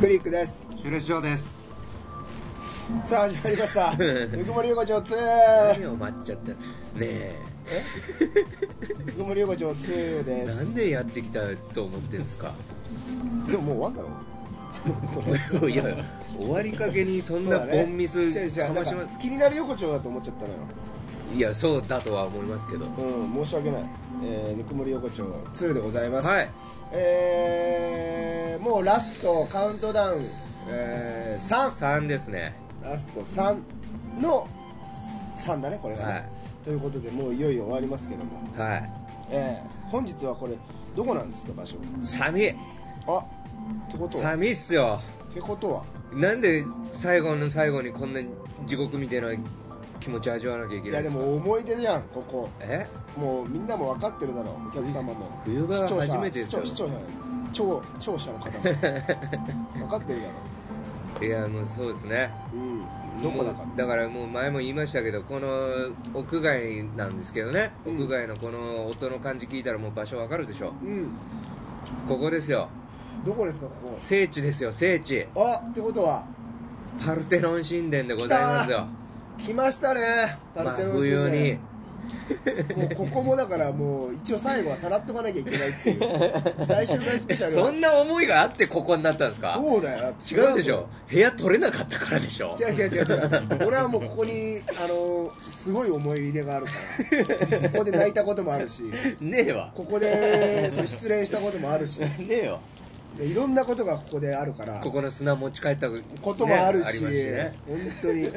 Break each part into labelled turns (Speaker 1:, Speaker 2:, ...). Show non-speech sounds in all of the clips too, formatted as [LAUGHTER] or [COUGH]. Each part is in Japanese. Speaker 1: クリックです
Speaker 2: 修列場です
Speaker 1: さあ始まりました
Speaker 3: [LAUGHS]
Speaker 1: ぬくもり横丁
Speaker 3: 何
Speaker 1: 2
Speaker 3: を待っちゃったねえ
Speaker 1: ぬくもり横丁2で
Speaker 3: なん
Speaker 1: す
Speaker 3: でやってきたと思ってんですか [LAUGHS]
Speaker 1: でももう終わんだろ
Speaker 3: いや終わりかけにそんな
Speaker 1: そうだ
Speaker 3: ボ
Speaker 1: ね
Speaker 3: ンミス
Speaker 1: 違う違う
Speaker 3: かまし
Speaker 1: なん
Speaker 3: ま
Speaker 1: か気になる横丁だと思っちゃったのよ
Speaker 3: いやそうだとは思いますけど
Speaker 1: うん申し訳ない、えー、ぬくもり横丁2でございます、
Speaker 3: はい
Speaker 1: えー、もうラストカウントダウン、えー、3
Speaker 3: 3ですね
Speaker 1: ラスト3の3だねこれがね、
Speaker 3: はい
Speaker 1: ということでもういよいよ終わりますけども、
Speaker 3: はい
Speaker 1: えー、本日はこれどこなんですか場所
Speaker 3: 寒い
Speaker 1: あってことはっ
Speaker 3: 寒いっすよ
Speaker 1: てことは
Speaker 3: なんで最後の最後にこんな地獄みたいな気持ち味わわなきゃい
Speaker 1: い
Speaker 3: けな
Speaker 1: や
Speaker 3: いん
Speaker 1: で
Speaker 3: ですか
Speaker 1: も思い出じゃんここ
Speaker 3: え
Speaker 1: もうみんなも分かってるだろうお客様も
Speaker 3: 冬場は初めてですよ
Speaker 1: 視聴者視聴視聴者の
Speaker 3: [LAUGHS]
Speaker 1: 方も分かってるだろ
Speaker 3: いやもうそうですね
Speaker 1: う、うん、どこだか
Speaker 3: もうだからもう前も言いましたけどこの屋外なんですけどね、
Speaker 1: うん
Speaker 3: 屋外のこの音の感じ聞いたらもう場所わかるでしょ
Speaker 1: うん
Speaker 3: ここですよ
Speaker 1: どこですかこ
Speaker 3: 聖地ですよ聖地
Speaker 1: こあってことは
Speaker 3: パルテノン神殿でございますよ
Speaker 1: 来ましたねパルテノン神
Speaker 3: 冬
Speaker 1: 殿
Speaker 3: に
Speaker 1: もうここもだからもう一応最後はさらっとかなきゃいけないって
Speaker 3: [LAUGHS]
Speaker 1: いう最終回スペ
Speaker 3: え
Speaker 1: シャル
Speaker 3: そんな思いがあってここになったんですか
Speaker 1: そうだよ
Speaker 3: 違うでしょ部屋取れなかったからでしょ
Speaker 1: 違う違う違う違う俺はもうここにあのすごい思い入れがあるからここで泣いたこともあるし
Speaker 3: ねえわ
Speaker 1: ここでその失恋したこともあるし
Speaker 3: ねえよ
Speaker 1: でいろんなことがここであるから
Speaker 3: ここの砂持ち帰った
Speaker 1: こともあるし,、
Speaker 3: ねありま
Speaker 1: 本当にい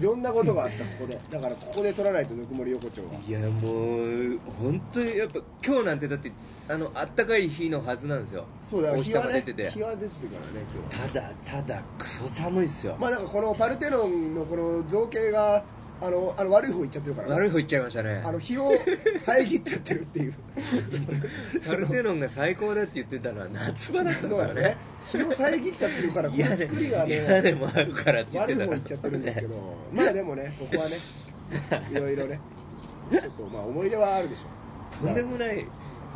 Speaker 1: ろんなことがあったここでだからここで取らないとぬくもり横丁は
Speaker 3: すねいやもう本当にやっぱ今日なんてだってあのあったかい日のはずなんですよ
Speaker 1: そうだよ
Speaker 3: お日
Speaker 1: 日は
Speaker 3: 様出
Speaker 1: ね
Speaker 3: てて
Speaker 1: 日は出ててからね今日は
Speaker 3: ただただクソ寒いっすよ、
Speaker 1: まあなんかこのパルテノンのこの造形があのあの悪い方いっちゃってるからね、
Speaker 3: 悪い方行っちゃいましたね
Speaker 1: あの日を遮っちゃってるっていう
Speaker 3: [LAUGHS] パルテノンが最高だって言ってたのは夏場だったんです
Speaker 1: そうだ
Speaker 3: よ
Speaker 1: ね
Speaker 3: ね
Speaker 1: 日を遮っちゃってるからこ
Speaker 3: 嫌
Speaker 1: の
Speaker 3: で
Speaker 1: 作りが
Speaker 3: 嫌
Speaker 1: ね
Speaker 3: でもあるからって言っ
Speaker 1: 悪
Speaker 3: て
Speaker 1: い方
Speaker 3: たか
Speaker 1: い
Speaker 3: ら
Speaker 1: っちゃってるんですけどまあでもねここ
Speaker 3: [LAUGHS]
Speaker 1: はねいろいろねちょっとまあ思い出はあるでしょ
Speaker 3: とんでもない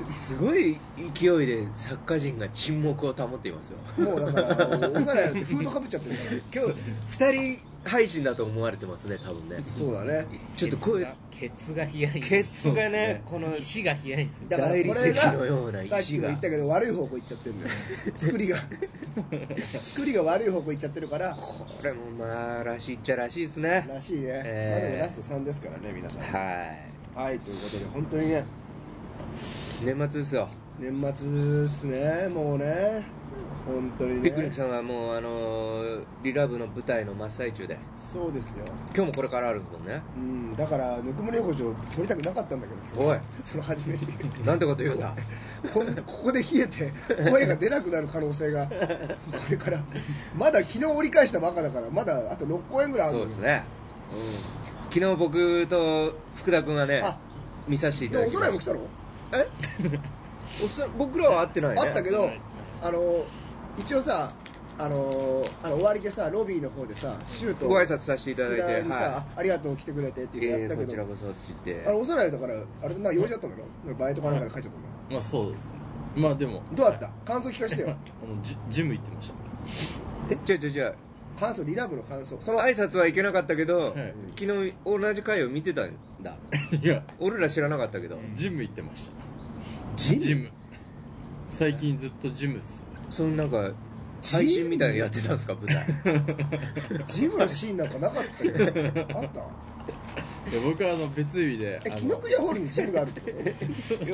Speaker 3: すごい勢いで作家陣が沈黙を保っていますよ
Speaker 1: もうだからあの幼いなってフードかぶっちゃってるから
Speaker 3: [LAUGHS] 今日2人配信だと思われてますね多分ね
Speaker 1: そうだね
Speaker 3: ちょっと声
Speaker 4: ケツが冷やい
Speaker 3: ケツがね
Speaker 4: そうです
Speaker 3: この
Speaker 4: 石が冷やいですよ
Speaker 1: だからこ
Speaker 3: 大理
Speaker 1: れ
Speaker 3: 石
Speaker 1: が
Speaker 3: のような
Speaker 1: さっき
Speaker 3: 石
Speaker 1: も
Speaker 3: が
Speaker 1: 言ったけど悪い方向行っちゃってるんだよ作りが作りが悪い方向行っちゃってるから
Speaker 3: これもまあらしいっちゃらしいですね
Speaker 1: らしいね、
Speaker 3: えー
Speaker 1: まあでもラスト3ですからね皆さんは、
Speaker 3: はい
Speaker 1: ということで本当にね
Speaker 3: い年末ですよ
Speaker 1: 年末っすねもうね本当に
Speaker 3: ピクニッ
Speaker 1: ね
Speaker 3: クさんはもうあのーリラブの舞台の真っ最中で
Speaker 1: そうですよ
Speaker 3: 今日もこれからあるんですもんね
Speaker 1: うんだからぬくもり横丁撮りたくなかったんだけど今日 [LAUGHS]
Speaker 3: おい
Speaker 1: その初めに [LAUGHS]
Speaker 3: なんてこと言うんだ
Speaker 1: こんここで冷えて声が出なくなる可能性が [LAUGHS] これからまだ昨日折り返したばっかだからまだあと6公演ぐらいある
Speaker 3: そ
Speaker 1: の
Speaker 3: う
Speaker 1: に
Speaker 3: ですね昨日僕と福田君はね
Speaker 1: あ
Speaker 3: 見させてい
Speaker 1: で
Speaker 3: た
Speaker 1: も
Speaker 3: だ
Speaker 1: お
Speaker 3: き
Speaker 1: そ
Speaker 3: ま
Speaker 1: らい
Speaker 3: し
Speaker 1: も
Speaker 3: た
Speaker 1: 来たろ
Speaker 3: えおそ僕らは会ってないね
Speaker 1: あったけど、あの一応さ、あのあの終わりでさ、ロビーの方でさ、シュート
Speaker 3: ご挨拶させていただいて
Speaker 1: 福田にさ、
Speaker 3: は
Speaker 1: ありがとう来てくれてっていうのやっ
Speaker 3: えー
Speaker 1: たけ
Speaker 3: こ
Speaker 1: ど、
Speaker 3: ちらこそって言って
Speaker 1: あれ幼いだからあれな用事だったんだろ？バイトかなんかで帰っちゃったんだろ。
Speaker 4: まあそうですねまあでも
Speaker 1: どうだった？感想聞かせてよ。
Speaker 4: あのジジム行ってまし
Speaker 3: 違う違う違う
Speaker 1: 感想リラブの感想。そ
Speaker 3: その挨拶はいけなかったけど、
Speaker 4: はい
Speaker 3: 昨日同じ回を見てたんだ
Speaker 4: た [LAUGHS] いや
Speaker 3: 俺ら知らなかったけど、
Speaker 4: ジム行ってました
Speaker 1: ジム
Speaker 4: ジム最近ずっとジムっす
Speaker 3: そのなんか
Speaker 1: ジム
Speaker 3: 配信みたいなのやってたんですか舞台
Speaker 1: [LAUGHS] のジムのシーンなんかなかったよ。あった？
Speaker 4: いや僕はあの別日で
Speaker 1: え
Speaker 4: あの
Speaker 1: 紀ノ国屋ホールにジムがあるってこと？
Speaker 3: い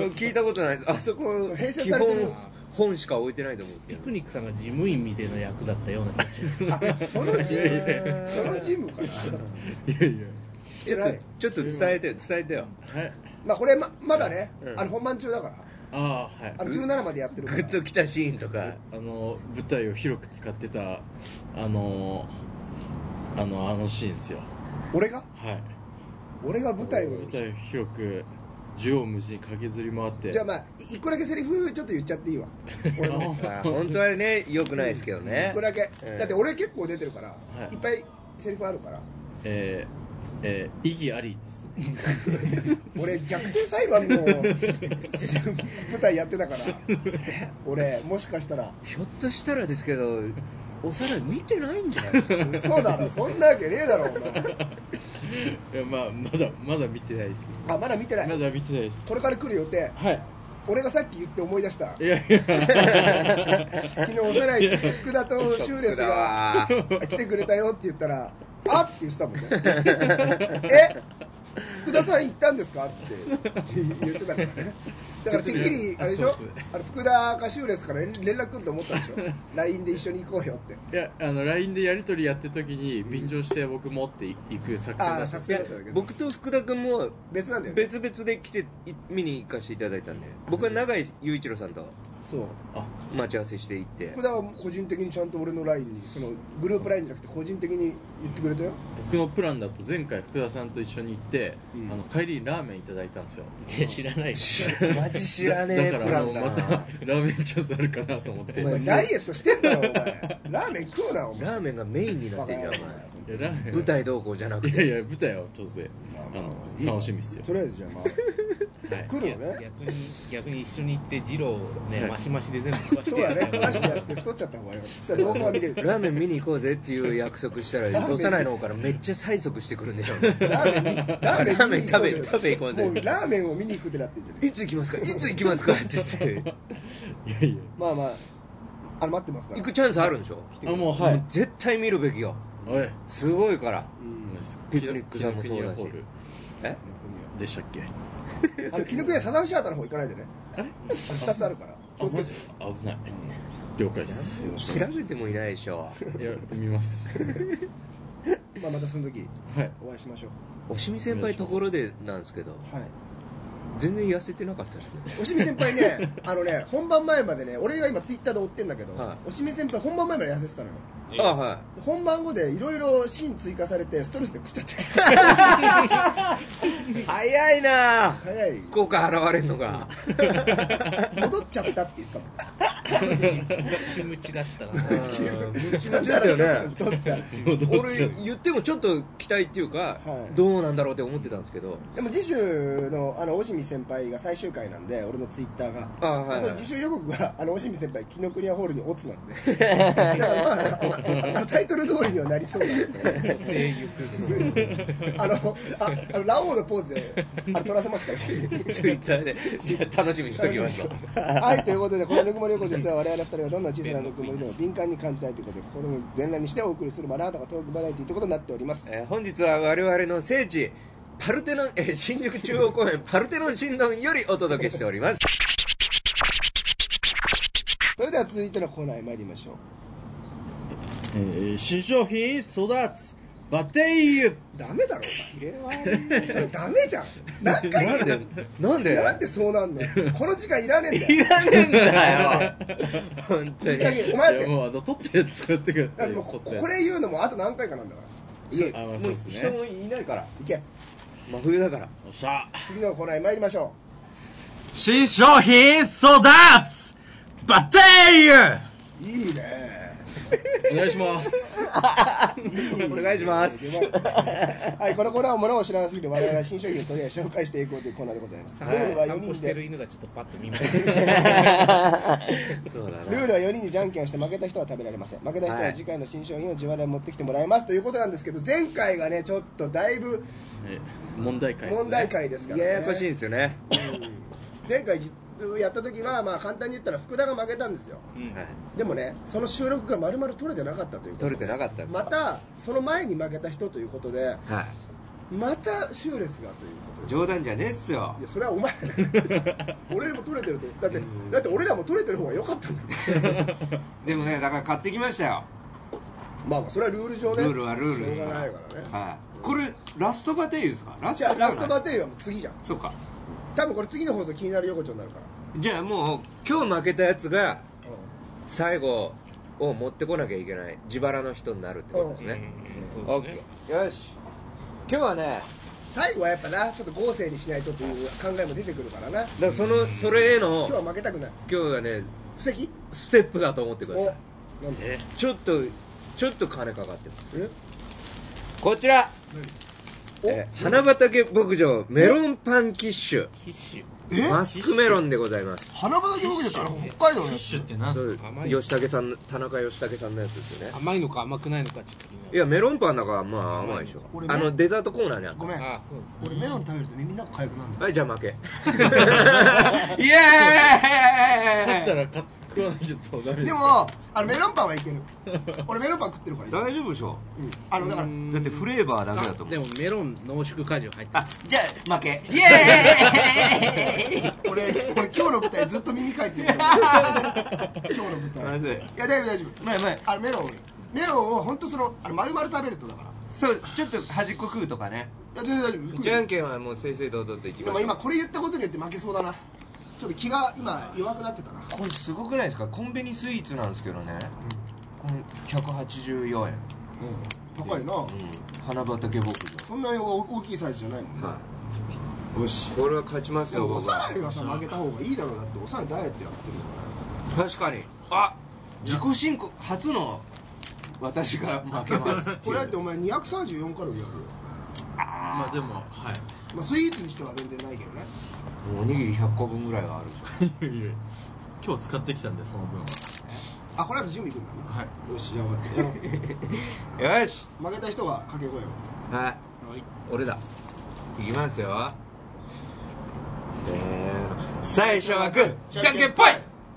Speaker 3: や聞いたことないですあそこ
Speaker 1: そう併設
Speaker 3: 基
Speaker 1: されてる
Speaker 3: 本本しか置いてないと思うんですけ
Speaker 4: ピ
Speaker 3: ど
Speaker 4: クニックさんが事務員みたいな役だったような気がします
Speaker 1: あ、そのジム、そのジムかな。
Speaker 4: いやいや
Speaker 3: ちょ
Speaker 1: 偉
Speaker 3: っ
Speaker 1: い
Speaker 3: とちょっと伝えてよ伝えてよ
Speaker 4: はい
Speaker 1: まあこれままだね
Speaker 3: う、ん
Speaker 1: あの本番中だから、
Speaker 4: ああはい
Speaker 1: あの17までやってる
Speaker 3: グ
Speaker 1: から
Speaker 3: ッ。ときたシーンとか
Speaker 4: あの舞台を広く使ってたあのあのあのシーンっすよ
Speaker 1: 俺が？
Speaker 4: はい
Speaker 1: 俺が舞台を
Speaker 4: 舞台を広く縦横無尽に駆けずり回って
Speaker 1: じゃあまあい一個だけセリフちょっと言っちゃっていいわ俺も
Speaker 3: あ本当はね良くないですけどね
Speaker 1: これだけ、
Speaker 3: ええ
Speaker 1: だって俺結構出てるから、
Speaker 4: はい
Speaker 1: い、っぱいセリフあるから
Speaker 4: えーえー、意義あり
Speaker 1: 俺逆転裁判の [LAUGHS] 舞台やってたから俺もしかしたら
Speaker 3: ひょっとしたらですけどおさら見てないんじゃないですか
Speaker 1: 嘘だろそんなわけねえだろお前
Speaker 4: [LAUGHS] いやまあまだまだ見てないです
Speaker 1: あまだ見てな
Speaker 4: ま
Speaker 1: い
Speaker 4: だ見てないです
Speaker 1: これから来る予定
Speaker 4: はい
Speaker 1: 俺がさっき言って思い出した
Speaker 4: いやいや
Speaker 1: 昨日幼い福田とシューレス
Speaker 3: だ
Speaker 1: が
Speaker 3: わー
Speaker 1: 来てくれたよって言ったら「あっ!」って言ってたもんね「え福田さん行ったんですか?」って言ってたからねだからてっきりあれでしょ
Speaker 4: そうですね
Speaker 1: あの福田かシューレスから連連絡来ると思ったんでしょ LINE で一緒に行こうよって
Speaker 4: いやあの LINE でやり取りやってる時に便乗して僕持っていく作戦
Speaker 1: あ
Speaker 4: だ
Speaker 1: あ
Speaker 4: ったん
Speaker 1: 作
Speaker 4: で
Speaker 1: 戦
Speaker 4: す
Speaker 1: だったんだけど
Speaker 3: 僕と福田君も
Speaker 1: 別なんだよね
Speaker 3: 別々で来てい見に行かせていただいたんで僕は永井雄一郎さんと
Speaker 1: そう
Speaker 4: あ
Speaker 3: 待ち合わせして行って
Speaker 1: 福田は個人的にちゃんと俺の LINE にそのグループ LINE じゃなくて個人的に言ってくれたよ
Speaker 4: 僕のプランだと前回福田さんと一緒に行って、
Speaker 1: うん
Speaker 4: あの帰りにラーメンいただいたんですよ
Speaker 5: いや知らないし
Speaker 3: マジ知らねえ
Speaker 4: だ
Speaker 3: プ
Speaker 4: から
Speaker 3: ラ
Speaker 4: あの
Speaker 3: ンだ
Speaker 4: また [LAUGHS] ラ
Speaker 3: な
Speaker 4: ーメンチャンスあるかなと思っ
Speaker 1: お
Speaker 4: ていや
Speaker 1: 前ダイエットしてんだろお前ラーメン食うなお前
Speaker 3: ラーメンがメインにな
Speaker 1: バ
Speaker 3: っ
Speaker 1: カ
Speaker 3: てんじ
Speaker 1: 野
Speaker 3: ゃん
Speaker 1: 郎
Speaker 3: お前
Speaker 4: ラーメン
Speaker 3: 舞台どうこうじゃなく
Speaker 4: いや
Speaker 3: て
Speaker 4: いや舞台は当然あの楽しみですよ
Speaker 1: とりあえずじゃあまあ
Speaker 4: はい
Speaker 1: 来るのね
Speaker 5: 逆に逆に一緒に行って二郎ね
Speaker 4: はい
Speaker 5: マシマシで全部食わせ
Speaker 1: そう
Speaker 5: てや
Speaker 1: だ
Speaker 5: る
Speaker 1: ね、話
Speaker 5: [LAUGHS]
Speaker 1: してやって太っちゃった方がいいよ。そしたら動画は見れ
Speaker 3: [LAUGHS]
Speaker 1: る。
Speaker 3: ラーメン見に行こうぜっていう約束した
Speaker 1: ラーメ
Speaker 3: ら
Speaker 1: ン
Speaker 3: 幼いの方からめっちゃ催促してくるんでしょうね
Speaker 1: ラーメン見、ラーメン見に行こうぜ
Speaker 3: ラーメン食べ食べ行こうぜ
Speaker 1: もうラーメンを見に行くってなってんじゃん。
Speaker 3: いつ行きますかいつ行きますかって言 [LAUGHS] って
Speaker 4: いやい
Speaker 1: まあまあ、あれ待ってますから。
Speaker 3: 行くチャンスあるんでしょ
Speaker 1: 来てく
Speaker 4: や
Speaker 1: れ
Speaker 4: あもうはい
Speaker 3: 絶対見るべきよ
Speaker 4: おい
Speaker 3: すごいから
Speaker 1: うん
Speaker 3: ピクニックさんもそうだし
Speaker 4: 紀ノ国屋ホール
Speaker 3: え
Speaker 4: でしたっけ
Speaker 1: あの、紀ノ国屋サザンシアターの方行かないでね。
Speaker 4: あれ
Speaker 1: あれ二つあるから。気をつけて。
Speaker 4: あ危ない了解です
Speaker 3: [LAUGHS] 調べてもいないでしょ
Speaker 4: いや見ます
Speaker 1: まあまたその時、
Speaker 4: はい
Speaker 1: お会いしましょう。
Speaker 3: おしみ先輩ところでなんですけど
Speaker 1: はい。
Speaker 3: 全然痩せてなかったですね
Speaker 1: おしみ先輩ね、
Speaker 3: [LAUGHS]
Speaker 1: あのね、本番前までね、俺が今ツイッターで追ってんだけど
Speaker 3: は、
Speaker 1: おしみ先輩本番前まで痩せてたのよ。
Speaker 3: あは
Speaker 1: 本番後でいろいろシーン追加されてストレスで食っちゃって。
Speaker 3: [LAUGHS] い早いなあ
Speaker 1: 早い。
Speaker 3: 効果現れんのが
Speaker 1: 戻っちゃったって言ってたもん。
Speaker 5: ムチムチだったな
Speaker 3: ムチムチだったよね
Speaker 4: 戻っちゃ
Speaker 5: [LAUGHS]
Speaker 3: 俺
Speaker 4: う
Speaker 3: 言ってもちょっと期待っていうか
Speaker 1: はい
Speaker 3: どうなんだろうって思ってたんですけど
Speaker 1: でも次週のあの大清水先輩が最終回なんで俺のツイッターが
Speaker 3: あはいはい
Speaker 1: その次週予告があの大清水先輩紀ノ国屋ホールに落ちなん
Speaker 3: [LAUGHS]
Speaker 1: でだからまああのタイトル通りにはなりそうだなと思って
Speaker 5: 声優く
Speaker 3: [LAUGHS]
Speaker 1: あのああのラオウのポーズであれ撮らせますから写真
Speaker 3: ツイッターでじゃあ楽しみにしときますわ
Speaker 1: はいということでこのぬくもり横実は我々二人がどんな小さなぬくもりでも敏感に感じたいということで心を全裸にしてお送りするマナーとかトークバラエティーということになっております
Speaker 3: えー本日は我央の聖地パルテノン、えー新宿中央公園パルテノン神殿よりお届けしております
Speaker 1: それでは続いてのコーナーへ参りましょう
Speaker 4: えー新商品育つバテイユ
Speaker 1: ダメだろお前それダメじゃん何回言うの
Speaker 3: なんで
Speaker 1: なんでそうなんのこの時間いらねえんだ
Speaker 3: い
Speaker 1: よ
Speaker 3: らねえんだよ本当
Speaker 1: いい加
Speaker 3: に
Speaker 1: 減お
Speaker 4: い
Speaker 1: 前だっ
Speaker 4: や
Speaker 1: て
Speaker 4: もうあの取ったやつ使ってく
Speaker 1: だ
Speaker 4: だ
Speaker 1: って
Speaker 4: さい
Speaker 1: も
Speaker 4: よ
Speaker 1: うこ
Speaker 4: 取ったやつ
Speaker 1: これ言うのもあと何回かなんだからいえ
Speaker 4: あまあそ
Speaker 3: も
Speaker 4: う
Speaker 3: う
Speaker 4: です
Speaker 3: 人
Speaker 4: ね
Speaker 3: もいないから
Speaker 1: いけ
Speaker 3: 真冬だから
Speaker 4: おっしゃ
Speaker 1: 次のコーナーへ参りましょ
Speaker 4: 新商品育つバテイユ
Speaker 1: ういいね
Speaker 4: お願いします
Speaker 3: [LAUGHS] お願いします
Speaker 1: はいこのコーナーは物を知らなすぎて我々は新商品を取り上げ紹介していこうというコーナーでございますルールは4
Speaker 5: 散歩
Speaker 1: 人
Speaker 5: して
Speaker 1: で
Speaker 5: る犬がちょっとパッと見まし
Speaker 1: ルー
Speaker 3: そうだな
Speaker 1: ルは4人でじゃんけんをして負けた人は食べられません負けた人は次回の新商品を自腹で持ってきてもらいますということなんですけど前回がねちょっとだいぶ
Speaker 4: え問題解ですね
Speaker 1: 問題回ですからね
Speaker 3: ややこしいんですよね
Speaker 1: 前回実やった時はまあ簡単に言ったら福田が負けたんですよ
Speaker 3: はい
Speaker 1: でもねその収録がまるまる取れてなかったということ
Speaker 3: 取れてなかったんです
Speaker 1: またその前に負けた人ということで
Speaker 3: は
Speaker 1: またシューレスがということ
Speaker 3: い
Speaker 1: です
Speaker 3: 冗談じゃねえっすよ
Speaker 1: いやそれはお前
Speaker 3: [LAUGHS]
Speaker 1: 俺よりも取れてるとだってだって俺らも取れてる方が良かったんだよ
Speaker 3: でもねだから買ってきましたよ
Speaker 1: まあまあそれはルール上ね
Speaker 3: ルールはルールです
Speaker 1: しょ
Speaker 3: か
Speaker 1: うが
Speaker 3: ら
Speaker 1: ないからね
Speaker 3: はいこれラストバテイユですかラス
Speaker 1: じゃあ
Speaker 3: ト
Speaker 1: ラストバ
Speaker 3: テ
Speaker 1: テイはもう次じゃん
Speaker 3: そうか
Speaker 1: 多分これ次の放送気になる横丁になるから
Speaker 3: じゃあもう今日負けたやつが最後を持ってこなきゃいけない自腹の人になるってことです
Speaker 5: た
Speaker 3: ね
Speaker 5: うんそう
Speaker 3: オ
Speaker 5: だ
Speaker 3: ッ
Speaker 5: ね
Speaker 3: ケーよし今日はね
Speaker 1: 最後はやっぱなちょっと豪勢にしないとという考えも出てくるからな今
Speaker 3: らそのそれへの
Speaker 1: 日は負けたくない
Speaker 3: 今日はね
Speaker 1: 布石
Speaker 3: ステップだと思ってくだ
Speaker 1: お
Speaker 3: さい
Speaker 1: なんで
Speaker 3: ちょっとちょっと金かかってます
Speaker 1: え
Speaker 3: こちら、
Speaker 1: お
Speaker 3: えー花畑牧場メロンパンキッシュ
Speaker 5: キッシ
Speaker 3: マスクメロンでございます
Speaker 1: 花畑牧場から北海道のやつ
Speaker 6: シュってなんす
Speaker 3: そ
Speaker 6: か
Speaker 3: う
Speaker 5: 甘い
Speaker 3: 吉武さんの田中吉武さんのやつですよ
Speaker 5: ュ
Speaker 3: ね
Speaker 5: 甘いのか甘くないのかちょっと気になる
Speaker 3: いやメロンパンだからまあ甘いでしょ
Speaker 1: 俺ね
Speaker 3: あのデザートコーナーにあった
Speaker 1: ごめん
Speaker 5: ああそうですね
Speaker 1: 俺メロン食べると耳の中痒くなるんだ
Speaker 3: はいじゃあ [LAUGHS] 負けイ
Speaker 4: 勝っ
Speaker 3: エ
Speaker 4: た
Speaker 3: ーイ
Speaker 4: ら勝食わないとダメです
Speaker 1: でもあのメロンパンはいける俺メロンパン食ってるからいい
Speaker 3: 大丈夫でしょ
Speaker 1: うんあのだから
Speaker 3: だってフレーバーだけだと
Speaker 5: あ
Speaker 3: 思
Speaker 5: で
Speaker 3: う
Speaker 5: もメロン濃縮果汁入ってる
Speaker 3: あじゃあ負けイエーイ
Speaker 1: 俺 [LAUGHS] 俺今日の舞台ずっと耳かい [LAUGHS] てる今日の舞
Speaker 3: ま
Speaker 1: 台
Speaker 3: ずい
Speaker 1: いや大丈夫大丈夫
Speaker 3: まあまあ
Speaker 1: あのメロンメロンを本当そのあの丸々食べるとだから
Speaker 3: そうちょっと端っこ食うとかね
Speaker 1: いや全然大丈夫
Speaker 3: じゃんけんはもう正々堂々といき
Speaker 1: で
Speaker 3: ま
Speaker 1: も
Speaker 3: しょ
Speaker 1: 今
Speaker 3: う
Speaker 1: これ言ったことによって負けそうだなちょっと気が今弱くなってたな
Speaker 3: これすごくないですかコンビニスイーツなんですけどねこの184円
Speaker 1: 高いな、
Speaker 3: 花畑牧場
Speaker 1: そんなに大きいサイズじゃないもんね、
Speaker 3: は
Speaker 1: よし
Speaker 3: いこれは勝ちます
Speaker 1: で
Speaker 3: よ
Speaker 1: もお
Speaker 3: 僕
Speaker 1: さ
Speaker 3: は
Speaker 1: らいがさ負けた方がいいだろうだっておさらいダイエットやってるか
Speaker 3: 確かにあ自己申告初の私が負けます
Speaker 1: らこれだってお前234カロリーあるよ、
Speaker 4: まあでもはい
Speaker 1: まあ、スイーツにしては全然ないけどね
Speaker 3: [LAUGHS] おにぎり100個分ぐらいはあるじ
Speaker 6: [LAUGHS] 今日使ってきたんでその分は
Speaker 1: あこれだと準備いくんだな
Speaker 6: はい
Speaker 1: よ [LAUGHS] しやばい
Speaker 3: ゃんよし
Speaker 1: 負けた人が掛け声を
Speaker 3: はい俺だいきますよせーの最初はグーじゃんけんぽい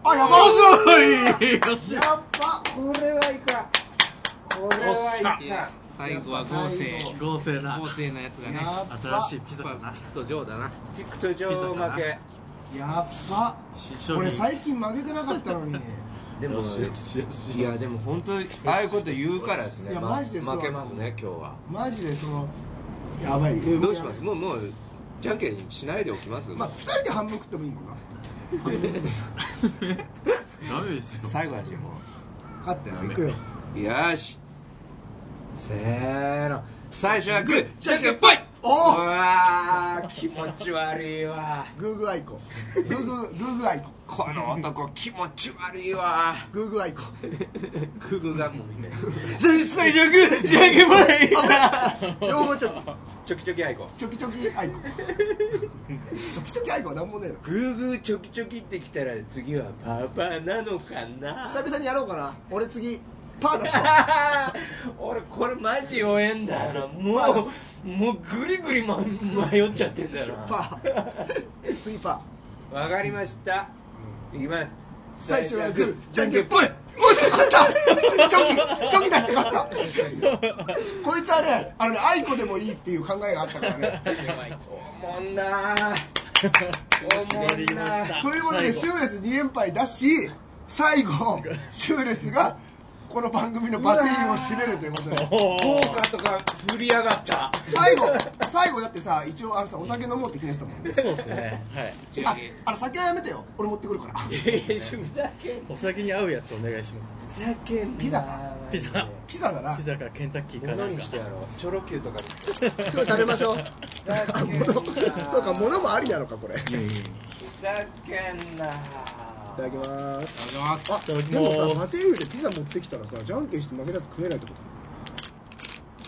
Speaker 1: あやば
Speaker 6: 面白いよっし
Speaker 1: や
Speaker 6: ゃ
Speaker 1: っば
Speaker 3: これはいかこれ
Speaker 6: はい
Speaker 5: 最後は合成
Speaker 6: 合成な
Speaker 5: 合成なやつがね
Speaker 1: や
Speaker 5: や
Speaker 1: っば
Speaker 6: 新しいピザだ
Speaker 5: っぱ
Speaker 6: な
Speaker 5: ピクとジョーだな
Speaker 3: ピクト上負け
Speaker 1: やっば
Speaker 6: 新商品
Speaker 1: 俺最近負けてなかったのに
Speaker 3: でも
Speaker 6: よしよしよし
Speaker 3: いやでも本当にああいうこと言うからですね
Speaker 1: いや
Speaker 3: ま
Speaker 1: マジですわ
Speaker 3: 負けますね今日は
Speaker 1: [LAUGHS] マジでそのやばい
Speaker 3: どうします
Speaker 1: も
Speaker 3: もうもうじゃんけんしないでおきます、
Speaker 1: まあ2人で半分食ってもいいもんな
Speaker 6: ダメですよ
Speaker 3: 最後だしも
Speaker 1: 勝ったよ行くよ
Speaker 3: うよーしせーの最初はグーじゃんけんぽいおうわー気持ち悪いわ
Speaker 1: グーグーアイコグーグーグーグーアイコ
Speaker 3: この男気持ち悪いわ
Speaker 1: グーグーアイコ
Speaker 3: ググガンモみたいな最初はグーじゃんけんぽい
Speaker 1: 両方ちょっ
Speaker 3: ちょきちょきアイコン
Speaker 1: とチョキチョキアイコチョキチョキアイコはなんもねえの
Speaker 3: グーグーちょきちょきってきたら次はパパなのかな
Speaker 1: 久々にやろうかな俺次パー出すわ
Speaker 3: あー俺これマジ弱えんだよなもうもうグリグリ、ま、迷っちゃってんだよな
Speaker 1: パー次パー
Speaker 3: わかりましたいきます
Speaker 1: 最初はグーじゃんけんぽいもうすぐ勝ったチョキチョキ出して勝ったこいつはねあのねアイコでもいいっていう考えがあったからね
Speaker 3: おもんな [LAUGHS] ーおもんなー
Speaker 1: ということでシューレス2連敗だし最後シューレスがこの番組のバッテリーを締めるということで
Speaker 3: 豪華とか振り上がった
Speaker 1: 最後最後だってさ一応あのさお酒飲もうって決めてたもんね
Speaker 4: そうですねはい
Speaker 1: ああの酒はやめてよ俺持ってくるから
Speaker 3: えーふざけん
Speaker 4: お酒に合うやつお願いします
Speaker 3: ふざけんな
Speaker 1: ピザか
Speaker 4: ピザ
Speaker 1: ピザだな
Speaker 4: ピザかケンタッキーかな
Speaker 3: 何
Speaker 4: ん
Speaker 3: に
Speaker 4: か
Speaker 3: してやろうチョロ Q とかにして
Speaker 1: 今日食べましょうあ物 [LAUGHS] そうか物もありなのかこれい
Speaker 3: ふざけんな
Speaker 1: ただきま
Speaker 5: あ
Speaker 1: す
Speaker 5: りがとうございます
Speaker 1: あでもさ家庭用でピザ持ってきたらさじゃんけんして負けたやつ食えないってこ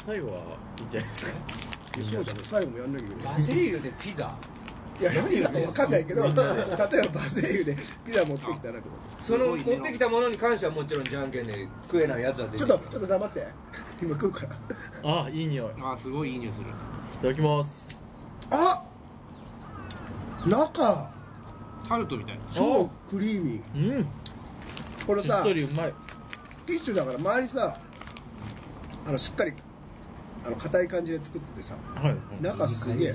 Speaker 4: 最後はいいんじゃないですか
Speaker 1: といやそうじゃん最後もやんなきゃいけない
Speaker 3: バテリールでピザ
Speaker 1: いや何さか分かんないけど [LAUGHS] 例えばバセーユでピザ持ってきたらってこ
Speaker 3: その持ってきたものに関してはもちろんじゃんけんで食えないやつは出
Speaker 1: と
Speaker 3: て
Speaker 1: ちょ
Speaker 3: く
Speaker 1: っ
Speaker 3: る
Speaker 1: とちょっと黙って今食うから
Speaker 4: あいい匂いい
Speaker 5: ああすごいいい匂いする
Speaker 4: ただきます
Speaker 1: あ中
Speaker 5: タルトみたいな
Speaker 1: 超クリーミ
Speaker 4: うん
Speaker 1: ーこれ
Speaker 4: しっ
Speaker 1: さ
Speaker 4: とりうまい
Speaker 1: ピッチュだから周りさあのしっかりあの硬い感じで作っててさ
Speaker 4: はい
Speaker 1: 中すげえ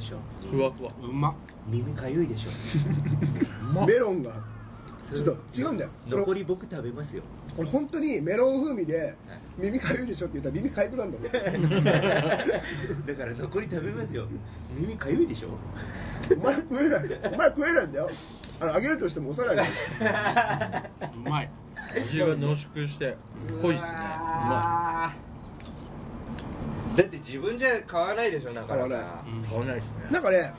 Speaker 4: ふわふわ
Speaker 5: うまっ
Speaker 3: 耳かゆいでしょ
Speaker 1: メロンがちょっと違うんだよ
Speaker 3: 残り僕食べますよ [LAUGHS]
Speaker 1: これ本当にメロン風味で耳かゆいでしょって言ったら耳かゆくなんだよ
Speaker 3: だから残り食べますよ耳かゆいでしょ
Speaker 1: お前食えないお前食えないんだよあの揚げるとしても押さないで
Speaker 5: うまい
Speaker 4: 味が濃縮して濃いですねうま
Speaker 7: だって自分じゃ買わないでしょなかな
Speaker 1: 買わ
Speaker 7: か
Speaker 5: うん
Speaker 4: 買わないです
Speaker 1: な
Speaker 4: ね
Speaker 1: んかね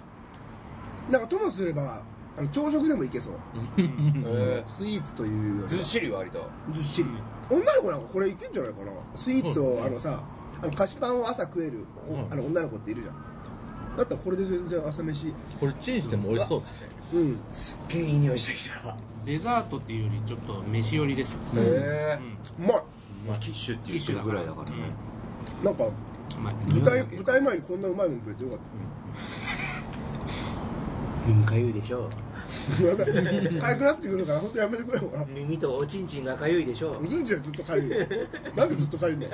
Speaker 1: なんかともすればあの朝食でもいけそう、
Speaker 7: へー
Speaker 1: スイーツというより
Speaker 7: ずっ
Speaker 1: は
Speaker 7: しり
Speaker 3: [LAUGHS]
Speaker 7: 割と
Speaker 1: ずっしり女の子なんかこれいけんじゃないかなスイーツをあのさあの菓子パンを朝食えるお
Speaker 4: うん
Speaker 1: あの女の子っているじゃんだったらこれで全然朝飯
Speaker 4: これチンしても美味しそうですね
Speaker 1: うん
Speaker 7: すっげえいい匂いしてきた
Speaker 5: デザートっていうよりちょっと飯寄りです、
Speaker 7: へ
Speaker 5: う
Speaker 7: え
Speaker 5: ん、
Speaker 1: うまい
Speaker 8: まあキッシュって言ってるぐらいだからね
Speaker 1: なんか
Speaker 5: うまい
Speaker 1: 舞台舞台前にこんなうまいもん食えてよかっ
Speaker 7: 耳かゆいでしょ
Speaker 1: [LAUGHS] たかゆくなってくるから本当やめてくれよかな
Speaker 7: 耳とおちんちんがかゆいでしょ
Speaker 1: 銀ちゃんずっとかゆいよなんでずっとかゆいんだよ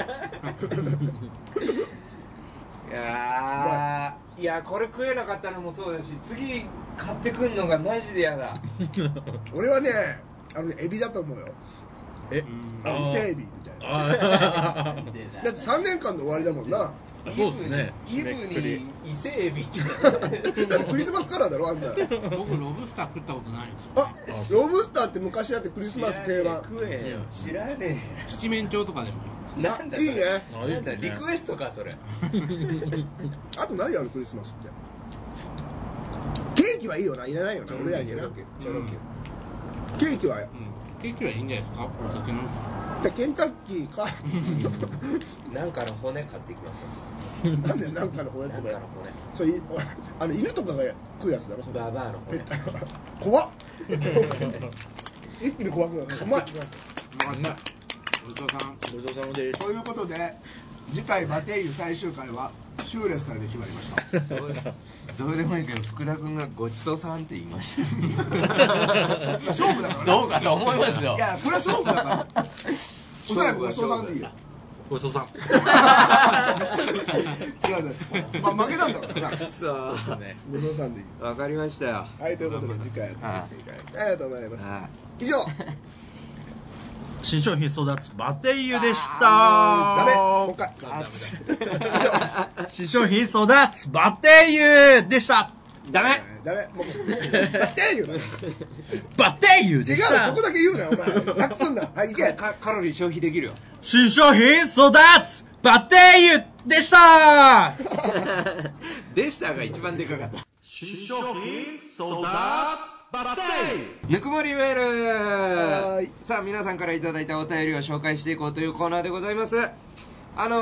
Speaker 7: いやーいやこれ食えなかったのもそうだし次買ってくんのがマジでやだ
Speaker 1: 俺はねあのねエビだと思うよ
Speaker 4: え
Speaker 5: うん
Speaker 1: あの伊勢エビみたいな
Speaker 4: あ
Speaker 1: だって3年間で終わりだもん [LAUGHS] な
Speaker 4: ーそうですね
Speaker 7: イブ
Speaker 4: 締めくくり
Speaker 7: に伊勢エビって
Speaker 1: だってクリスマスカラーだろあんた
Speaker 5: 僕ロブスター食ったことないんですよ
Speaker 1: あロブスターって昔だってクリスマス定番
Speaker 7: 食えよ知らね
Speaker 5: 七面鳥とかでも
Speaker 7: えなんだ
Speaker 1: あいいね
Speaker 7: それなんだ
Speaker 4: あいいね
Speaker 7: リクエストかそれ
Speaker 1: あと何やるクリスマスってケーキはいいよないらないよな俺らにはな
Speaker 5: チョロ
Speaker 1: ケーキは
Speaker 5: うんケーキはいいんじゃないですかお酒飲む
Speaker 1: でケンタッキーか
Speaker 7: [LAUGHS] なんかの骨買ってきますよ
Speaker 1: なんでなんかの骨
Speaker 7: なん
Speaker 1: と
Speaker 7: か
Speaker 1: か
Speaker 7: の骨
Speaker 1: そういあの犬とかが食うやつだろそれ
Speaker 7: ババアの骨買
Speaker 1: [LAUGHS]
Speaker 7: [LAUGHS]
Speaker 1: 怖っ一気に怖くなるうまい
Speaker 7: ってきますよ
Speaker 5: まあねごちそうさん
Speaker 4: ごちそうさまです
Speaker 1: ということで次回バテイユ最終回はシューレスさんで決まりました
Speaker 3: どうでもいいけど福田君がごちそうさんって言いました
Speaker 1: 勝負だから
Speaker 3: どうかと思いますよ
Speaker 1: いやこれは勝負だ
Speaker 7: [LAUGHS]
Speaker 1: からおそらくごちそうさんでいいよ
Speaker 8: ごちそう
Speaker 1: [LAUGHS]
Speaker 8: さん
Speaker 1: いやだまあ負けたんだ
Speaker 7: [LAUGHS]
Speaker 1: からな
Speaker 3: そう
Speaker 1: ごちそうさんでいい
Speaker 3: わかりましたよ
Speaker 1: はいということで次回やっていきたいと思いますありがとうございます
Speaker 3: はい
Speaker 1: 以上
Speaker 8: 新商品育つバテイユでし
Speaker 1: ダメもう
Speaker 8: た
Speaker 1: 一回
Speaker 8: 新商品育つバテイユでした
Speaker 7: ダメ
Speaker 1: ダメもうバテイユだね
Speaker 8: バテイユ
Speaker 1: 違う
Speaker 3: [LAUGHS]
Speaker 1: そこだけ言うなよお前なくすんなはい行け
Speaker 3: カカロリー消費できるよ
Speaker 8: 新商品育つバテイユでした
Speaker 3: [LAUGHS] でしたが一番でかかった
Speaker 8: 新商品育つバテイユ
Speaker 3: ぬくもりメー
Speaker 1: はー
Speaker 3: ル
Speaker 1: い
Speaker 3: さあ皆さんからいただいたお便りを紹介していこうというコーナーでございますあの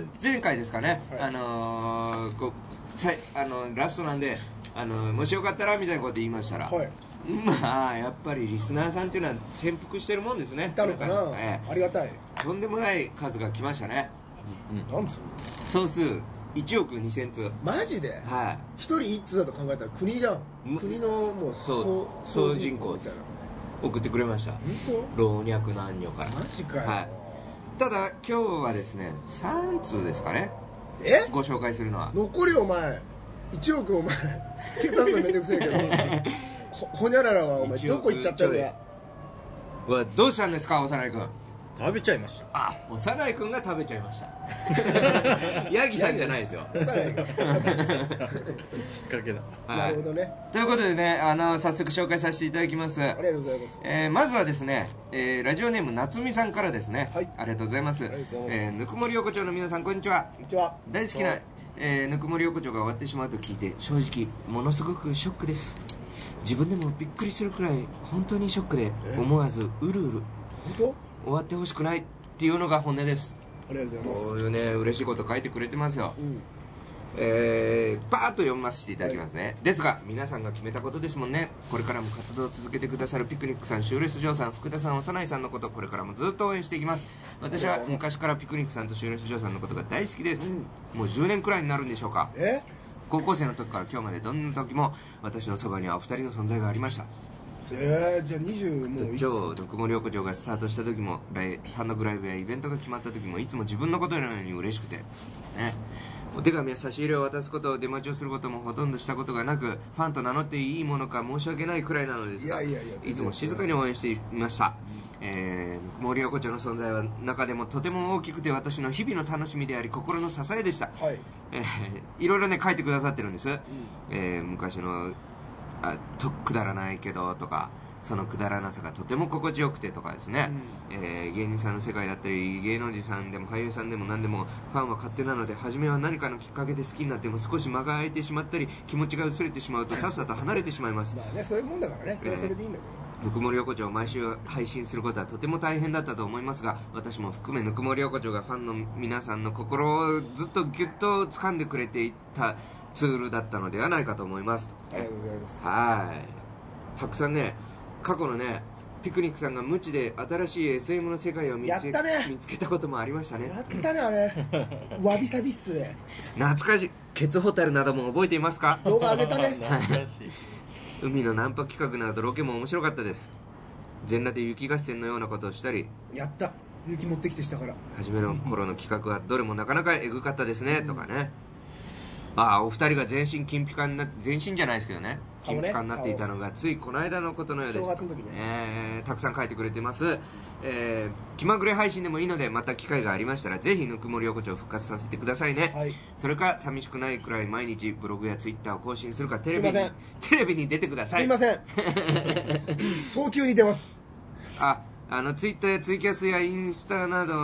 Speaker 3: ー、前回ですかね、あのー、こさいあのーラストなんで、あのー、もしよかったらみたいなこと言いましたら、
Speaker 1: はい
Speaker 3: まあやっぱりリスナーさんっていうのは潜伏してるもんですね
Speaker 1: いたのかな
Speaker 3: え
Speaker 1: ありがたい
Speaker 3: えとんでもない数が来ましたね
Speaker 1: なんつうの
Speaker 3: 総数1億2000通
Speaker 1: マジで
Speaker 3: はい
Speaker 1: 一人一通だと考えたら国じゃん
Speaker 3: む
Speaker 1: 国のもう
Speaker 3: そう
Speaker 1: 総
Speaker 3: 総
Speaker 1: 人
Speaker 3: 人
Speaker 1: 口
Speaker 3: 口
Speaker 1: みたいな
Speaker 3: 送ってくれました
Speaker 1: 本
Speaker 3: 老若男女から
Speaker 1: 当マジかよ、
Speaker 3: はいただ今日はですね3通ですかね
Speaker 1: え
Speaker 3: ご紹介するのは
Speaker 1: 残りお前1億お前 [LAUGHS] 警察官めんどくせえけ
Speaker 3: [LAUGHS]
Speaker 1: どほほにゃららはお前
Speaker 3: 1
Speaker 1: ど
Speaker 3: 億
Speaker 1: こ行っちゃったのか
Speaker 3: うわどうしたんですか幼い君
Speaker 4: 食べちゃいました
Speaker 3: あ幼い君が食べちゃいました
Speaker 1: [LAUGHS]
Speaker 3: ヤギさんじゃない [LAUGHS] ですよ
Speaker 1: さらに
Speaker 3: [LAUGHS]
Speaker 4: きっかけだ
Speaker 1: なるほどね
Speaker 3: ということでねあの早速紹介させていただきます
Speaker 1: ありがとうございます
Speaker 3: えーまずはですね、えーラジオネーム夏美さんからですね、
Speaker 1: はい
Speaker 3: ありがとうございます
Speaker 1: りがとうございます
Speaker 3: えーぬくもり横丁の皆さんこんにちは
Speaker 1: こんにちは
Speaker 3: 大好きな、えーぬくもり横丁が終わってしまうと聞いて正直ものすごくショックです自分でもびっくりするくらい本当にショックで思わずうるうる
Speaker 1: 本
Speaker 3: 終わってほしくないっていうのが本音です
Speaker 1: 当ありがとうございます
Speaker 3: こういうね嬉しいこと書いてくれてますよ
Speaker 1: うん
Speaker 3: えー、バーッと読ませていただきますね、ですが皆さんが決めたことですもんねこれからも活動を続けてくださるピクニックさんシューレスジョーさん福田さん幼いさんのことこれからもずっと応援していきます私は昔からピクニックさんとシューレスジョーさんのことが大好きです、もう10年くらいになるんでしょうか
Speaker 1: え
Speaker 3: 高校生の時から今日までどんな時も私のそばにはお二人の存在がありました
Speaker 1: えー、じゃあ20もうい
Speaker 3: 今
Speaker 1: い
Speaker 3: 日ぬくもり横丁がスタートした時もライ単独ライブやイベントが決まった時もいつも自分のことのように嬉しくて、ね、お手紙や差し入れを渡すこと出待ちをすることもほとんどしたことがなくファンと名乗っていいものか申し訳ないくらいなのですが
Speaker 1: いやいやいや全然
Speaker 3: つも静かに応援していました、えーぬくもり横丁の存在は中でもとても大きくて私の日々の楽しみであり心の支えでした、
Speaker 1: はい
Speaker 3: え [LAUGHS] ーいろいろね書いてくださってるんです、えー昔のあとくだらないけどとかそのくだらなさがとても心地よくてとかですね、えー芸人さんの世界だったり芸能人さんでも俳優さんでも何でもファンは勝手なので初めは何かのきっかけで好きになっても少し間が空いてしまったり気持ちが薄れてしまうとさっさと離れてしまい
Speaker 1: [LAUGHS]
Speaker 3: ます
Speaker 1: まあねそういうもんだからねそれはそれでいいんだけど、
Speaker 3: ぬくもり横丁を毎週配信することはとても大変だったと思いますが私も含めぬくもり横丁がファンの皆さんの心をずっとギュッと掴んでくれていたツールだったのではないかと思います
Speaker 1: ありがとうございます
Speaker 3: はいたくさんね過去のねピクニックさんが無知で新しい SM の世界を見つけ
Speaker 1: やったね
Speaker 3: 見つけたこともありましたね
Speaker 1: やったねあ
Speaker 3: [LAUGHS]
Speaker 1: れわびさびっすね
Speaker 3: 懐かしいケツホタルなども覚えていますか
Speaker 1: 動画上げたね
Speaker 4: 懐かしい
Speaker 3: 海のナンパ企画などロケも面白かったです全裸で雪合戦のようなことをしたり
Speaker 1: やった勇気持ってきてしたから
Speaker 3: 初めの頃の企画はどれもなかなかエグかったですね、とかねああお二人が全身金ピカになって全身じゃないですけどね
Speaker 1: 顔
Speaker 3: 金
Speaker 1: ね
Speaker 3: ピカになっていたのがついこの間のことのようです
Speaker 1: 正月の時ね
Speaker 3: えーたくさん書いてくれてます、えー気まぐれ配信でもいいのでまた機会がありましたらぜひぬくもり横丁を復活させてくださいね、
Speaker 1: はい
Speaker 3: それか寂しくないくらい毎日ブログやツイッターを更新するかテレビ
Speaker 1: すい
Speaker 3: に
Speaker 1: ま
Speaker 3: テレビに出てくださ
Speaker 1: す
Speaker 3: い
Speaker 1: いま
Speaker 3: [LAUGHS]
Speaker 1: せん早急に出ます
Speaker 3: ああのツイッターやツイキャスやインスタなど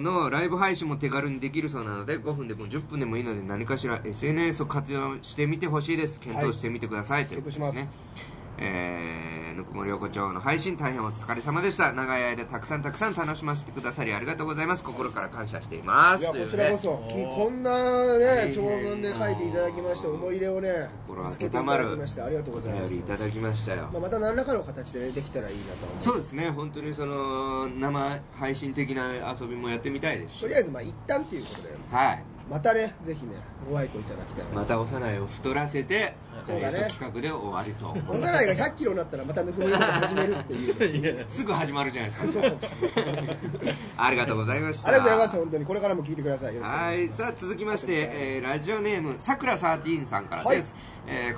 Speaker 3: のライブ配信も手軽にできるそうなので5分でも10分でもいいので何かしら SNS を活用してみてほしいです検討してみてください、ということですね
Speaker 1: 検討し
Speaker 3: えーぬくもり横丁の配信大変お疲れ様でした長い間たくさんたくさん楽しませてくださりありがとうございます心から感謝しています
Speaker 1: いや
Speaker 3: という
Speaker 1: こ
Speaker 3: ね
Speaker 1: ちらこそきこんなね
Speaker 3: い
Speaker 1: 長文で書いていただきまして思い入れをね
Speaker 3: 心
Speaker 1: つけていた
Speaker 3: 温ま
Speaker 1: だ
Speaker 3: る
Speaker 1: きましてありがとうご
Speaker 3: お
Speaker 1: ざいま
Speaker 3: 便
Speaker 1: す
Speaker 3: りいただきましたよ
Speaker 1: まあ、また何らかの形でねできたらいいなとは思う
Speaker 3: そうですね本当にその生配信的な遊びもやってみたいですし
Speaker 1: とりあえずまあ一旦っていうことで
Speaker 3: はい
Speaker 1: またねぜひねご愛顧いただきたい
Speaker 3: また幼いを太らせて、
Speaker 1: そうだね
Speaker 3: えーと企画で終わりと
Speaker 1: おさらいが1 0 0キロになったらまたぬくもりを始めるって
Speaker 3: [LAUGHS]
Speaker 1: いうね
Speaker 3: すぐ始まるじゃないです
Speaker 1: そう
Speaker 3: か
Speaker 1: かもしれない
Speaker 3: ありがとうございました
Speaker 1: ありがとうございます本当にこれからも聞いてくださいよろしくお
Speaker 3: は
Speaker 1: 願いし
Speaker 3: い
Speaker 1: ます
Speaker 3: さあ続きまして、えーラジオネームさくらサーティーンさんからです、えー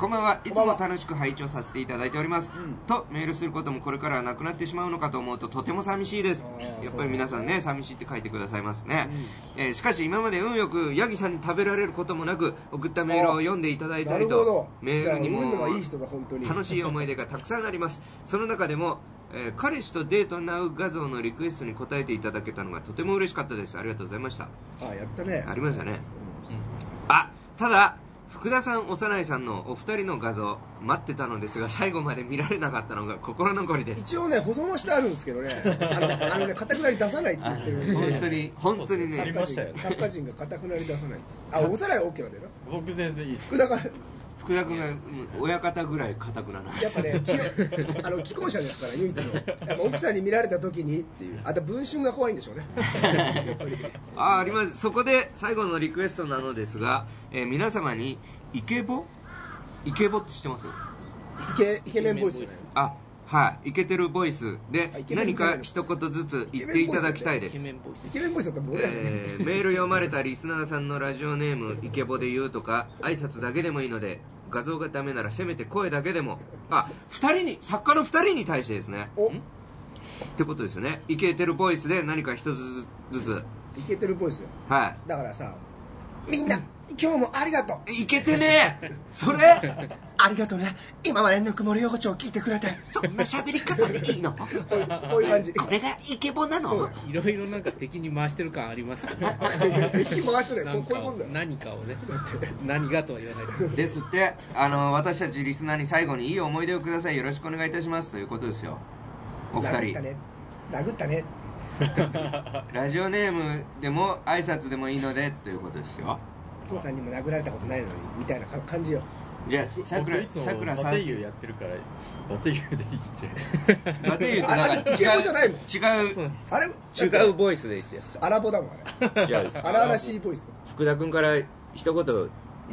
Speaker 3: こんばんはいつ
Speaker 1: こんば
Speaker 3: も
Speaker 1: んは
Speaker 3: 楽しく拝聴させていただいております、とメールすることもこれからはなくなってしまうのかと思うととても寂しいです
Speaker 1: あー
Speaker 3: やっぱり皆さんね寂しいって書いてくださいますね、えーしかし今まで運よくヤギさんに食べられることもなく送ったメールを読んでいただいた
Speaker 1: な
Speaker 3: り
Speaker 1: るほど
Speaker 3: とメ
Speaker 1: じ
Speaker 3: ー
Speaker 1: ゃあ
Speaker 3: ルにも
Speaker 1: 運のがいい人だ本当に
Speaker 3: 楽しい思い出がたくさんありますその中でも、えー彼氏とデートなう画像のリクエストに答えていただけたのがとても嬉しかったですありがとうございました
Speaker 1: あやったね
Speaker 3: ありましたね、あただ福田さん幼いさんのお二人の画像待ってたのですが最後まで見られなかったのが心残りです
Speaker 1: 一応ね保存はしてあるんですけどねあのあのねかたくなり出さないって言ってるんで
Speaker 3: 本当に本当に
Speaker 1: 作
Speaker 3: ね
Speaker 4: りま
Speaker 1: 家
Speaker 4: したよ
Speaker 1: 人
Speaker 4: ね
Speaker 1: 作家人がかたくなり出さないあおさらいは OK なんだよな
Speaker 4: 僕全然いいっす
Speaker 1: 福田が
Speaker 3: 福田君がうん親方ぐらい固くなな
Speaker 1: やっぱねき [LAUGHS] あの既婚者ですから唯一のやっぱ奥さんに見られた時にっていうあと文春が怖いんでしょうねやっぱり
Speaker 3: あありますそこで最後のリクエストなのですが、えー皆様にイケボイケボって知ってます
Speaker 1: イケイケメンボイスじゃない
Speaker 3: あはいイケてるボイスで
Speaker 1: あイケメン
Speaker 3: 何
Speaker 1: ボイス
Speaker 3: か一言ずつ言っていただきたいです
Speaker 1: イケメンボイスだったら僕らじゃない
Speaker 3: えーメール読まれたリスナーさんのラジオネームイケボで言うとか挨拶だけでもいいので画像がダメならせめて声だけでもあ二人に作家の2人に対してですね
Speaker 1: お
Speaker 3: ってことですよねイケてるボイスで何か一つずつ
Speaker 1: イケてるボイスよ
Speaker 3: はい
Speaker 1: だからさみんな今日もありがとう
Speaker 3: いけてねえそれ
Speaker 1: ありがとうね今までぬくもり横丁聞いてくれて
Speaker 3: そんな喋り方でいいのこ
Speaker 1: こういうこういう感じ
Speaker 3: れがイケボなの
Speaker 8: いろいろなんか敵に回してる感ありますね
Speaker 5: [LAUGHS]
Speaker 1: 敵回してな
Speaker 8: ないん
Speaker 1: こうこう
Speaker 8: か
Speaker 1: いうポーズだよ
Speaker 8: 何かをね何がとは言わないです
Speaker 3: ですってあの私たちリスナーに最後にいい思い出をくださいよろしくお願いいたしますということですよお二
Speaker 1: 殴っ
Speaker 3: 人、
Speaker 1: たね殴ったね
Speaker 3: ラジオネームでも挨拶でもいいのでということですよ
Speaker 1: 父さんにも殴られたことないのにみたいなか感じよ
Speaker 3: じゃあさくら
Speaker 4: 僕いつも
Speaker 3: さくらさ
Speaker 4: バ
Speaker 3: ん
Speaker 4: テユやってるからバテユでいいんじ
Speaker 3: バテユってなんか
Speaker 1: あイケボじゃないもん
Speaker 3: 違う
Speaker 1: あれ
Speaker 3: 違う違うボイスで言ってよ
Speaker 1: アラボだもんあれ
Speaker 3: じゃあ
Speaker 1: 荒々しいボイス
Speaker 3: 福田君から一言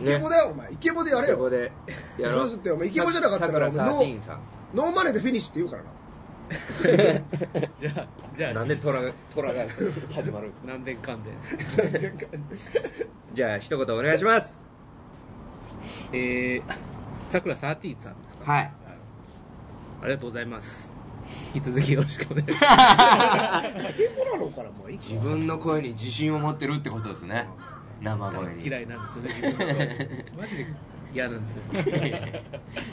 Speaker 1: イケボだよお前イケボでやれ
Speaker 3: イケボ
Speaker 1: よ
Speaker 3: でや
Speaker 1: そう
Speaker 3: ろ
Speaker 1: うですってお前イケボじゃなかったら
Speaker 3: さくら
Speaker 1: お
Speaker 3: サーテ
Speaker 1: 前
Speaker 3: ィーンさん
Speaker 1: ノーマネーでフィニッシュって言うからな
Speaker 8: じゃあじゃ
Speaker 3: なんで虎が虎が始まるんですか
Speaker 8: あ何年間で
Speaker 3: じゃあ一言お願いします
Speaker 8: えーさくらサーティーンさんですか
Speaker 3: はい
Speaker 8: ありがとうございます引き続きよろしくお願いします
Speaker 1: イケボなのからもうい
Speaker 3: 自分の声に自信を持ってるってことですね生声に
Speaker 8: 嫌いなん
Speaker 4: [LAUGHS]
Speaker 8: ですよね自分のことマジで嫌なんですよ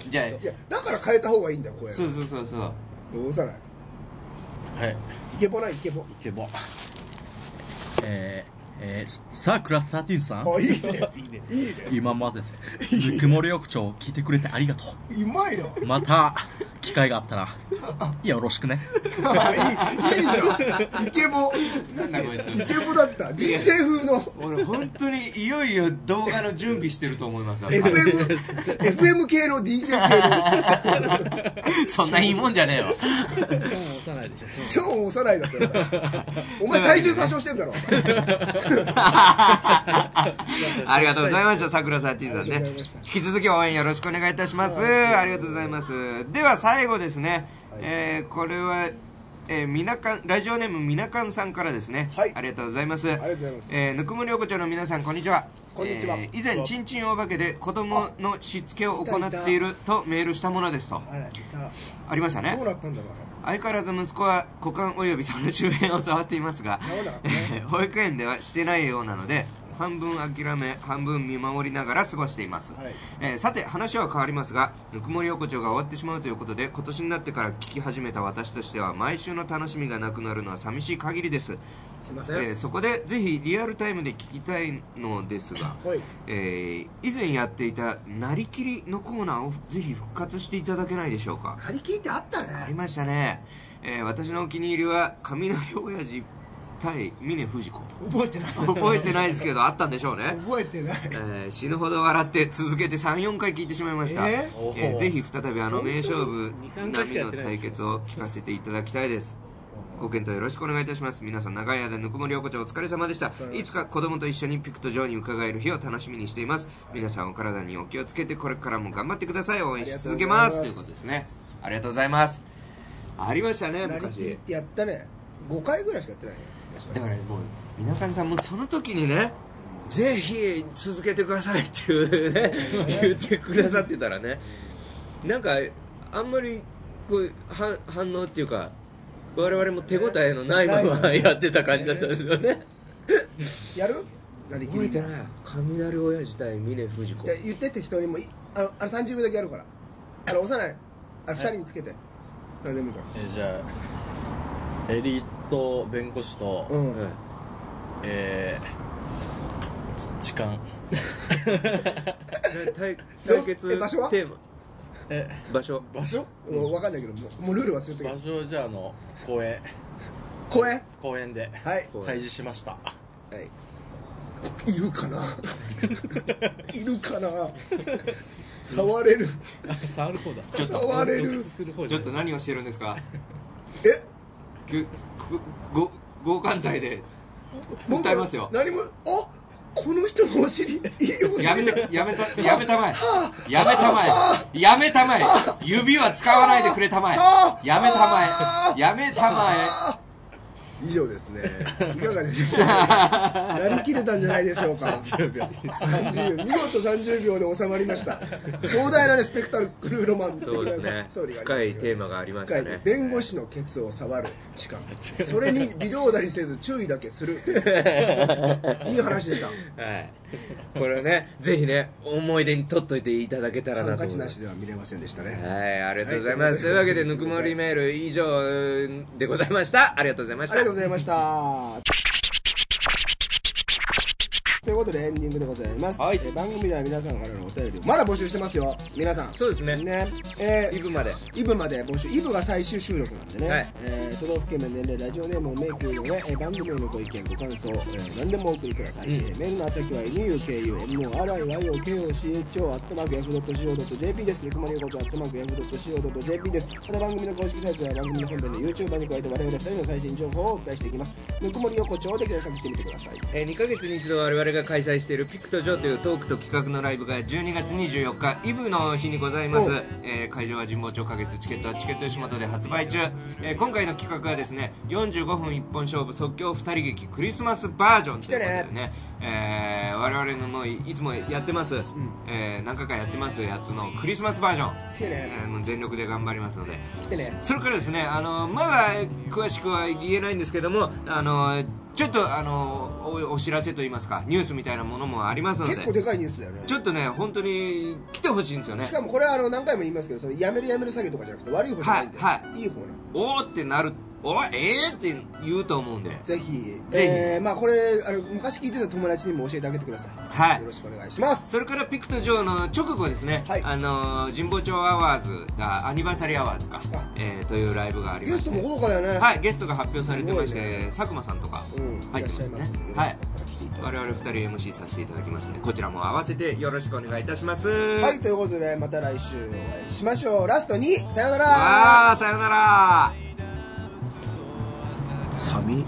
Speaker 3: じゃ [LAUGHS]
Speaker 1: やだから変えた方がいいんだよ
Speaker 3: あ
Speaker 1: 声
Speaker 3: そうそうそうそう
Speaker 1: どうさない
Speaker 4: はい
Speaker 1: イケボないイケボ
Speaker 4: イケボえー、えー、さくらサティンさん
Speaker 1: あいいね
Speaker 4: いいね
Speaker 1: いいね
Speaker 4: 今までですぬくもり浴場聞いてくれてありがと
Speaker 1: うまいな
Speaker 4: うまた機会があったらよろしくね
Speaker 1: あいいいいじゃんイケボ
Speaker 3: なんだこい
Speaker 1: イ
Speaker 3: つ
Speaker 1: ケボだった DJ 風の
Speaker 3: 俺本当にいよいよ動画の準備してると思います
Speaker 1: FM, FM 系の DJ 系の
Speaker 3: [LAUGHS] そんないいもんじゃねえよ
Speaker 4: 幼いでしょ
Speaker 1: 超幼いだったらお前体重詐称してんだろ
Speaker 3: [LAUGHS] ありがとうございました、桜さちーさん
Speaker 1: あ
Speaker 3: ね
Speaker 1: りがとうございました。
Speaker 3: 引き続き応援よろしくお願いいたします。ありがとうございます。では最後ですね、えーこれは、えーみなかんラジオネームみなかんさんからですね、
Speaker 1: はい
Speaker 3: ありがとうございます。あ
Speaker 1: りがとうございます
Speaker 3: えーぬくもり横丁の皆さん、こんにちは。
Speaker 1: こんにちは
Speaker 3: えー以前、ちんちんお化けで子供のしつけを行っているとメールしたものですと。
Speaker 1: あらい
Speaker 3: ありました
Speaker 1: た
Speaker 3: ね
Speaker 1: どう。なったんだろう
Speaker 3: 相変わらず息子は股間およびその周辺を触っていますが
Speaker 1: そうだね
Speaker 3: [LAUGHS] 保育園ではしてないようなので半分諦め半分見守りながら過ごしています、
Speaker 1: はい
Speaker 3: えーさて話は変わりますがぬくもり横丁が終わってしまうということで今年になってから聞き始めた私としては毎週の楽しみがなくなるのは寂しい限りです
Speaker 1: すいま
Speaker 3: え
Speaker 1: せん
Speaker 3: ーそこでぜひリアルタイムで聞きたいのですが、
Speaker 1: はい
Speaker 3: えー以前やっていた「なりきり」のコーナーをぜひ復活していただけないでしょうか
Speaker 1: 張り切りってあった
Speaker 3: あ
Speaker 1: ね
Speaker 3: りましたね、えー私のお気に入りは雷親父対峰不二子
Speaker 1: 覚えてない
Speaker 3: 覚えてないですけどあったんでしょうね、
Speaker 1: 覚えてない
Speaker 3: えー死ぬほど笑って続けて34回聞いてしまいました、
Speaker 1: え
Speaker 3: え
Speaker 4: ー
Speaker 3: ーぜひ再びあの名勝負
Speaker 4: 二三回しか
Speaker 3: 並
Speaker 4: や
Speaker 3: の
Speaker 4: ってないで
Speaker 3: 対
Speaker 4: しょ
Speaker 3: 決を聞かせていただきたいですご検討よろしくお願いいたします皆さん長い間ぬくもり横丁お疲れ様でしたいつか子供と一緒にピクト上に伺える日を楽しみにしています皆さんお体にお気をつけてこれからも頑張ってください応援し続けます
Speaker 1: あ
Speaker 3: と
Speaker 1: り
Speaker 3: い
Speaker 1: がとうございます
Speaker 3: うことですねありがとうございますありましたね
Speaker 1: なりきりっ
Speaker 3: 昔
Speaker 1: てやったね5回ぐらいしかやってないね
Speaker 3: だからもう皆さんさんもその時にねぜひ続けてくださいっていう [LAUGHS] ね言ってくださってたらねなんかあんまりこう反反応っていうか我々も手応えのないままやってた感じだったんですよね
Speaker 1: やるなりきり
Speaker 3: い雷親父対峰不二子
Speaker 1: で言って適当にもういあのあれ30秒だけやるからあの幼いあれ2人につけて何でもいいから
Speaker 4: えーじゃあエリート弁護士と、
Speaker 1: うん、
Speaker 4: えー、ち痴漢
Speaker 3: 対
Speaker 1: 対決え場所はテ
Speaker 3: ーマ
Speaker 4: え
Speaker 3: 場所
Speaker 4: 場所
Speaker 1: もう分かんないけどもうもうルール忘れて
Speaker 4: 場
Speaker 1: る
Speaker 4: 所じゃああの公園
Speaker 1: 公園
Speaker 4: 公園で
Speaker 1: はい
Speaker 4: 退治しました
Speaker 1: はいいるかな [LAUGHS] いるかな [LAUGHS] 触れる
Speaker 4: [LAUGHS] 触る方だ
Speaker 3: ちょっと
Speaker 1: 触れる
Speaker 4: する方
Speaker 3: ちょっと
Speaker 4: な
Speaker 3: 何をしてるんですか
Speaker 1: え
Speaker 3: くくご強姦罪で
Speaker 1: 僕
Speaker 3: 訴えますよ
Speaker 1: 何もあこの人のお尻いいお尻
Speaker 3: やめ
Speaker 1: だ
Speaker 3: た、やめた、やめたまえ。やめたまえ。やめたまえ。指は使わないでくれたまえ。やめたまえ。やめたま
Speaker 1: 以上ですねいかがでしょうかやりきれたんじゃないでしょうか
Speaker 4: 10秒
Speaker 1: 30見事30秒で収まりました壮大な、ね、スペクタルロマン
Speaker 3: え。そうですね。深いテー
Speaker 1: マ
Speaker 3: マがありまし
Speaker 1: 深
Speaker 3: た
Speaker 1: い
Speaker 3: ね。
Speaker 1: 弁護士のケツを触る痴漢それに微動だにせず注意だけ
Speaker 3: [LAUGHS]
Speaker 1: するいい話でした
Speaker 3: はい。これをね、ぜひね、思い出に取っといていただけたら
Speaker 1: ハ
Speaker 3: な
Speaker 1: ン
Speaker 3: と
Speaker 1: カ
Speaker 3: 思
Speaker 1: チ
Speaker 3: い
Speaker 1: な
Speaker 3: ま
Speaker 1: し
Speaker 3: す。
Speaker 1: では見れませんでしたね、
Speaker 3: はい、ありがとうございます。というわけで、ぬくもりメール以上でございました。ありがとうございまし
Speaker 1: ありがと
Speaker 3: た
Speaker 1: う。ございました。ということでエンディングでございます、
Speaker 3: はい
Speaker 1: えー番組では皆さんからのお便りをまだ募集してますよ皆さん
Speaker 3: そうですね
Speaker 1: えー
Speaker 3: イブまで。
Speaker 1: イブまで募集イブが最終収録なんでね、
Speaker 3: はい
Speaker 1: えー都道府県名年齢ラジオネームを名義の上、えー番組へのご意見ご感想、えー何でもお送りください、
Speaker 3: うん
Speaker 1: えーメールの宛先は nukuyu.riokocho.yahoo.co.jp ですぬくもり横丁 .yahoo.co.jp ですこの番組の公式サイトや番組の本編の YouTuber に加えて我々2人の最新情報をお伝えしていきますぬくもり横丁で検索してみてください
Speaker 3: えー2ヶ月に一度我々が開催しているピクトジョーというトークと企画のライブが12月24日イブの日にございます
Speaker 1: おう、
Speaker 3: えー会場は神保町花月チケットはチケット吉本で発売中、えー今回の企画はですね45分一本勝負即興二人劇クリスマスバージョンということでねえー我々のもういいつもやってます、えー何回かやってますやつのクリスマスバージョン、
Speaker 1: 来て
Speaker 3: え
Speaker 1: ね
Speaker 3: ーもう全力で頑張りますので
Speaker 1: 来てね
Speaker 3: それからですねあのまだ詳しくは言えないんですけどもあのちょっとあのおお知らせといいますかニュースみたいなものもありますので
Speaker 1: 結構でかいニュースだよね
Speaker 3: ちょっとね本当に来てほしいんですよね
Speaker 1: しかもこれはあの何回も言いますけどそのやめるやめる詐欺とかじゃなくて悪い方じゃないんで、
Speaker 3: はい
Speaker 1: い、い方なんで
Speaker 3: おーってなるおーえーって言うと思うんで
Speaker 1: ぜひえーまあこれあの昔聞いてた友達にも教えてあげてください、
Speaker 3: はい
Speaker 1: よろしくお願いします
Speaker 3: それからピクトジョーの直後ですね、
Speaker 1: はい
Speaker 3: あのー神保町アワーズがアニバーサリーアワーズか
Speaker 1: あ、
Speaker 3: えーというライブがあり
Speaker 1: ゲ
Speaker 3: ま
Speaker 1: ス
Speaker 3: して
Speaker 1: トも豪華だよね
Speaker 3: はい、ゲストが発表されてまして、
Speaker 1: すごいね
Speaker 3: 佐久間さんとか
Speaker 1: うん
Speaker 3: 入ってま
Speaker 1: いら
Speaker 3: す
Speaker 1: っしゃいます
Speaker 3: ね
Speaker 1: んでよろし、か
Speaker 3: は
Speaker 1: っ
Speaker 3: い
Speaker 1: たら来ていただ
Speaker 3: 我々2人 MC させていただきますのでこちらも合わせてよろしくお願いいたします
Speaker 1: はいということでまた来週お会いしましょうラストにさようなら
Speaker 3: わあさよなら
Speaker 1: 寒い